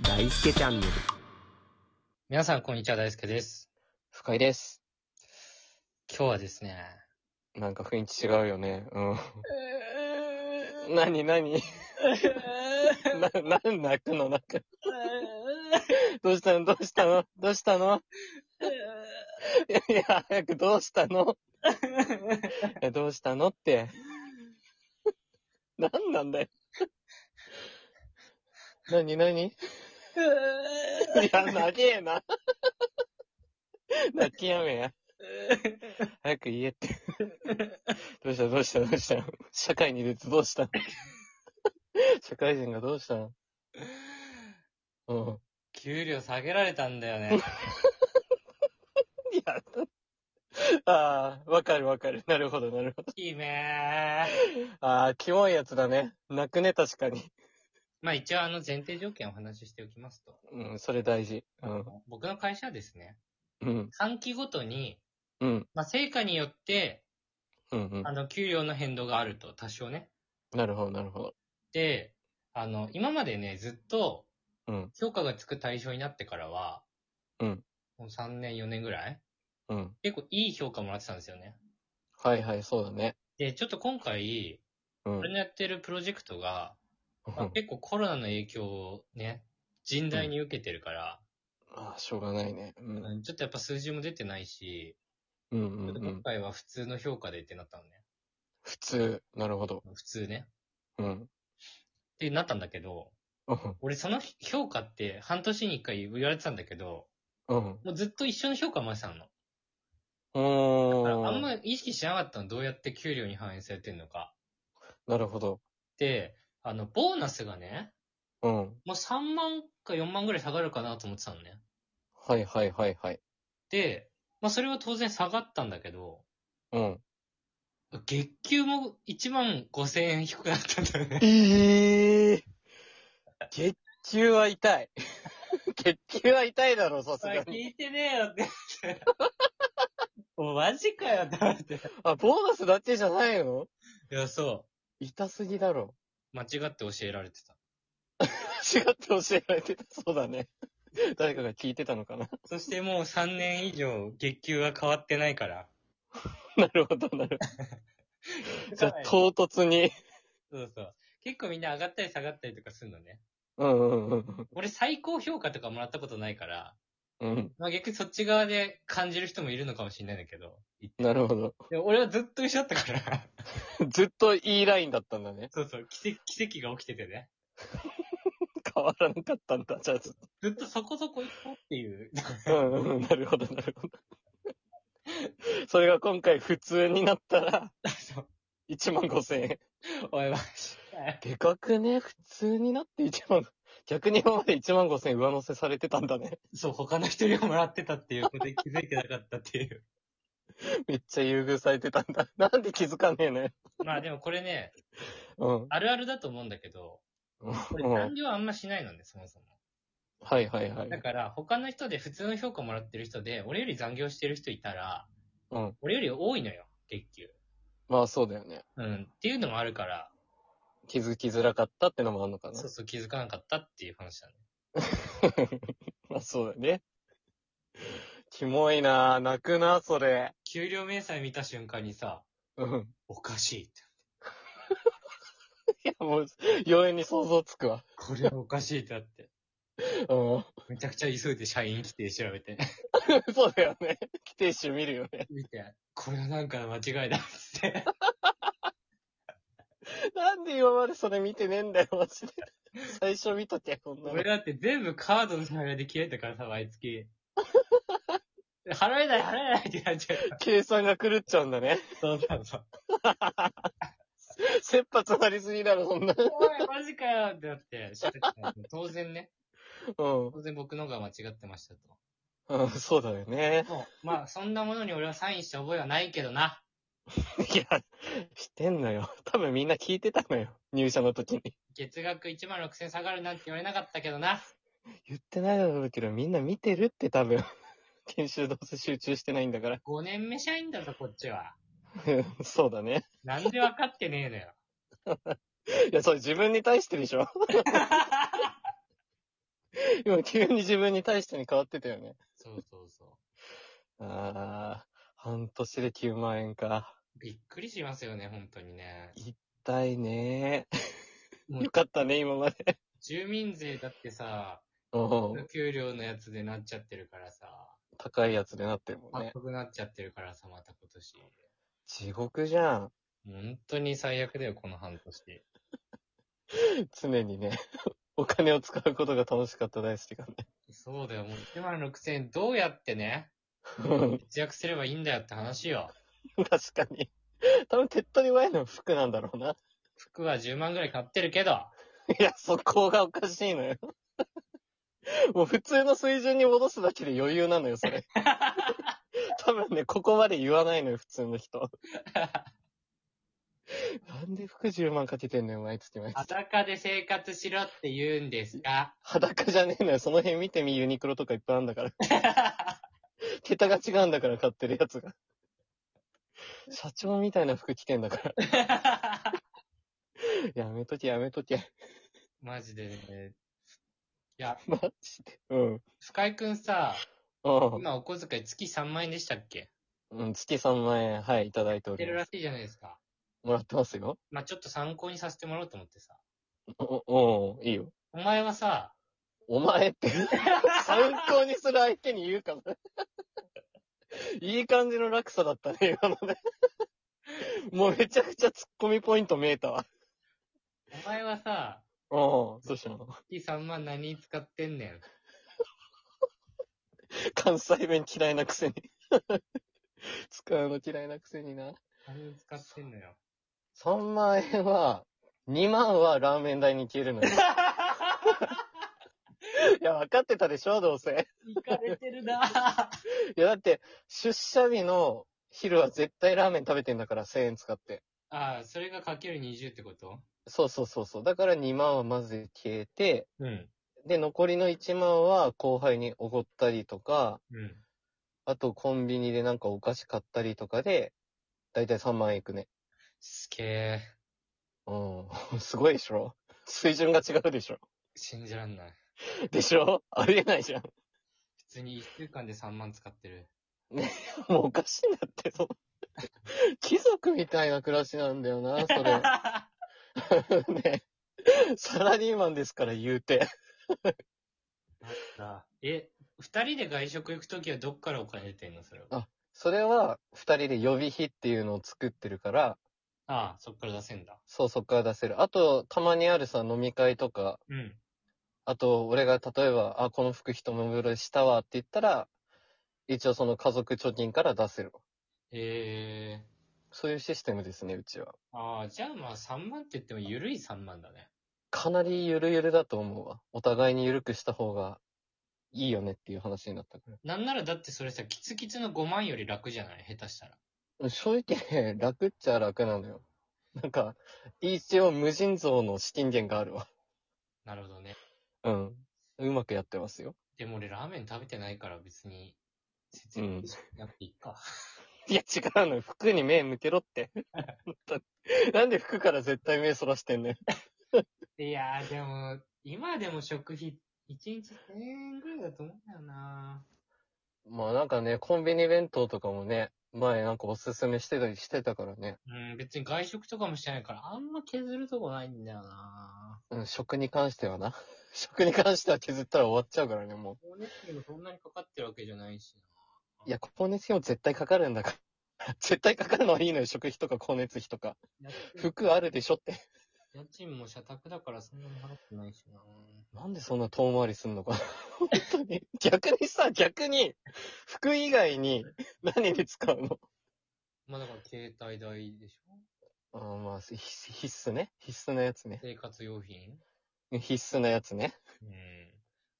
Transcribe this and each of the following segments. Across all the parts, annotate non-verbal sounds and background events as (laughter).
大輔チャンネル。皆さん、こんにちは。大輔です。深井です。今日はですね、なんか雰囲気違うよね。うん。なになにな、なん泣くのなんか。どうしたのどうしたのどうしたのいやいや、早くどうしたのいやどうしたのって。なんなんだよ。なになにいや、長えな。泣きやめや。早く言えって。どうしたどうしたどうした社会に出てどう (laughs) した社会人がどうしたのうん。給料下げられたんだよね。いや、ああ、わかるわかる。なるほどなるほど。 (laughs) いいねああ、キモいやつだね。泣くね、確かに。まあ一応あの前提条件をお話ししておきますと。うん、それ大事。うん。僕の会社はですね、うん。半期ごとに、うん。まあ成果によって、うん。あの、給料の変動があると、多少ね。うん。なるほど、なるほど。で、あの、今までね、ずっと、うん。評価がつく対象になってからは、うん。もう3年、4年ぐらいうん。結構いい評価もらってたんですよね。はいはい、そうだね。で、ちょっと今回、うん。俺のやってるプロジェクトが、まああ結構コロナの影響をね、甚大に受けてるから、あー、しょうがないね。うん。うんちょっとやっぱ数字も出てないし、うちょっんうんとう今ん。回は普通の評価でってなったのね。普通。なるほど。普通ね。うん。ってなったんだけど、うん。俺その評価って半年に一回言われてたんだけど、うん。もうずっと一緒の評価回してたの。だからあんおまー。意識しなかったのどうやって給料に反映されてんのか。なるほど。で、あの、ボーナスがね、うん。もう3万か4万ぐらい下がるかなと思ってたのね。はいはいはいはい。で、まあそれは当然下がったんだけど、うん。月給も1万5千円低くなったんだよ (laughs) ね。ええ月給は痛 (laughs) い。月給は痛いだろ、さすがに。聞いてねえよって。もうマジかよって思って。いあ、ボーナスだけじゃないのや、そ痛すぎだろ。う。間違って教えられてた。違って教えられてた。そうだね。 (laughs) 誰かが聞いてたのかな。 (laughs) そしてもう3年以上月給は変わってないから。なるほど、なるほど。じゃあ、唐突に。そうそう。結構みんな上がったり下がったりとかするのね。うんうんうん俺最高評価とかもらったことないから、うん。うん。まあ逆にそっち側で感じる人もいるのかもしれないんだけど。なるほど。でも俺はずっと一緒だったから。ずっといいラインだったんだね。そうそう。奇跡、奇跡が起きててね。変わらなかったんだ、じゃあずっずっとそこそこ行こうっていう。と。うんうんうん。なるほど、なるほど。それが今回普通になったら、そう1万5千円。おい、マジかよ。でかくね普通になって1万、逆に今まで1万5千上乗せされてたんだね。 (laughs) そう、他の人にもらってたっていうことで気づいてなかったっていう。めっちゃ優遇されてたんだ。なんで気づかねえのよ。まあでもこれね、うん。あるあるだと思うんだけど、これうん残業あんましないのね、そもそも。はいはいはいだ。から、他の人で普通の評価もらってる人で、俺より残業してる人いたら、うん。俺より多いのよ、月給。まあそうだよね。うん、っていうのもあるから、気づきづらかったってのもあんのかなそう。そう気づかなかったっていう話だね。 (laughs) まあそうだよね。キモいなぁ。泣くなそれ。給料明細見た瞬間にさ、うん。おかしいって。いやもう、容易に想像つくわ。これはおかしいってなって。うん。めちゃくちゃ急いで社員規定調べて。 (laughs) そうだよね。規定集見るよね。見て、これはなんかの間違いだっつって。なんで今までそれ見てねえんだよ、マジで。最初見とけ、こんなの俺。だって全部カードの支払いで消えたからさ、毎月。払えない、払えないってなっちゃう。計算が狂っちゃうんだね。そうそうそう。切羽詰まりすぎだろ、そんな。おい、マジかよってなって、知ってた当然ね、うん。当然僕の方が間違ってましたと。うん、そうだよね。もう、まあ、そんなものに俺はサインした覚えはないけどな。いや、してんのよ。多分みんな聞いてたのよ。入社の時に。月額1万6000下がるなんて言われなかったけどな。言ってないだろうけど、みんな見てるって多分。研修どうせ集中してないんだから。 5年目社員だぞ、こっちは。うんそうだね。なんで分かってねえのよ。いや、それ自分に対してでしょ今急に自分に対してに変わってたよね。そうそうそああ、半年で9万円か。う。びっくりしますよね、本当にね。痛いねもー。うよかったね、今まで。住民税だってさ、うん。給料のやつでなっちゃってるからさ、高いやつでなってるもんね。高くなっちゃってるからさ、また今年。地獄じゃん。本当に最悪だよ、この半年。常にね。 (laughs) お金を使うことが楽しかった大好きがね。そうだよ、もう1万6000円どうやってね、うん節約すればいいんだよって話よ。確かに。多分手っ取り早いのは服なんだろうな。服は10万ぐらい買ってるけど、いや、そこがおかしいのよ。もう普通の水準に戻すだけで余裕なのよ、それ。多分ね、ここまで言わないのよ、普通の人。なんで服10万かけてんのよ、毎月毎月。裸で生活しろって言うんですが、 (laughs) 裸じゃねえのよ、その辺見てみ、ユニクロとかいっぱいあるんだから。桁が違うんだから、買ってるやつが。社長みたいな服着てんだから。やめとけ、やめとけ。マジでね。いや、マジで。うん。深井くんさ、うん。今お小遣い月3万円でしたっけうん、月3万円、はい、いただいてお出りるまらす。しいじゃないですか。もらってますよ。まあ、ちょっと参考にさせてもらおうと思ってさ。お、お、いいよ。お前はさ、お前 (laughs) って、参考にする相手に言うかも。いい感じの落差だったね、今のね。もうめちゃくちゃ突っ込みポイント見えたわ。お前はさ、うん、どうしたの月3万何に使ってんねん。関西弁嫌いなくせに。使うの嫌いなくせにな。何に使ってん (laughs) のよ。 3万円は、2万はラーメン代に消えるのよ。 (laughs) いや、分かってたでしょ、どうせ。いかれてるないや、だって、出社日の昼は絶対ラーメン食べてんだから、1000円使って。 (laughs) ああ、それがかける20ってことそうそうそうそう。だから2万はまず消えて、うん。で、残りの1万は後輩におごったりとか、うん。あとコンビニでなんかお菓子買ったりとかで、だいたい3万円いくね。すげえ。うん。 (laughs) すごいでしょ水準が違うでしょ信じらんない。でしょありえないじゃん。普通に1週間で3万使ってる。もうおかしいんだって、そう。貴族みたいな暮らしなんだよな、そ (laughs) れ。ね。サラリーマンですから言うて。え、二人で外食行くときはどっからお金出てんのそれは。あそれは、二人で予備費っていうのを作ってるから、ああ、そっから出せんだ。そう、そっから出せる。あと、たまにあるさ、飲み会とか、うん。あと、俺が例えば、あ、この服一目惚れしたわって言ったら、一応その家族貯金から出せる。ええそういうシステムですね、うちは。ああ、じゃあまあ3万って言っても緩い3万だね。かなりゆるゆるだと思うわ。お互いにゆるくした方がいいよねっていう話になったから。なんならだってそれさ、キツキツの5万より楽じゃない下手したら。正直、ね、楽っちゃ楽なのよ。なんか、一応無尽蔵の資金源があるわ。なるほどね。うん。うまくやってますよ。でも俺ラーメン食べてないから別に、節約しなくていいか。いや、違うのよ。服に目向けろ (laughs) って。本当になんで服から絶対目そらしてんのよ。いやーでも、今でも食費、1日1000円ぐらいだと思うんだよなまあなんかね、コンビニ弁当とかもね、前なんかおすすめしてたりしてたからね。うん、別に外食とかもしてないから、あんま削るとこないんだよなうん、食に関してはな。 (laughs) 食に関しては削ったら終わっちゃうからね、も光熱費もそんなにかかってるわけじゃないしう。いや、光熱費も絶対かかるんだから。 (laughs) 絶対かかるのはいいのよ、食費とか光熱費とか。な。家服あるでしょって。家賃も社宅だからそんなに払ってないしななんでそんな遠回りすんのか (laughs) な。本当に。逆にさ、逆に、服以外に何に使うのまあだから携帯代でしょあーまあ、必須必須ね。必須なやつね。生活用品必須なやつね。うん。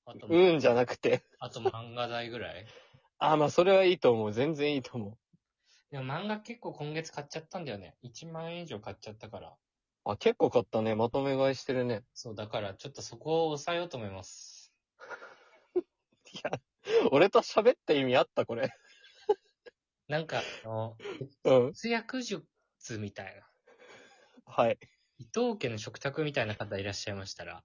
あと、うんじゃなくて。あと漫画代ぐらいあーまあ、それはいいと思う。全然いいと思でも漫画結構今月買っちゃったんだよね。1万円以上買っちゃったから。う。あ、結構買ったね。まとめ買いしてるね。そう、だからちょっとそこを抑えようと思います。いや、俺と喋った意味あったこれ。なんか、あの、うん。節約術みたいな。はい。伊藤家の食卓みたいな方いらっしゃいましたら、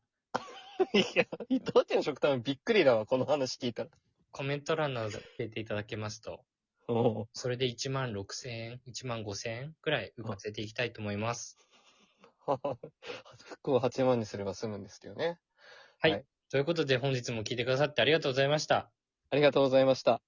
いや、伊藤家の食卓びっくりだわ、この話聞いたら。コメント欄などで入れていただけますと、おうそれで1万6千円、1万5千円くらい浮かせていきたいと思います。はは服を8万にすれば済むんですけどね。ということで本日も聞いてくださってありがとうございました。ありがとうございました。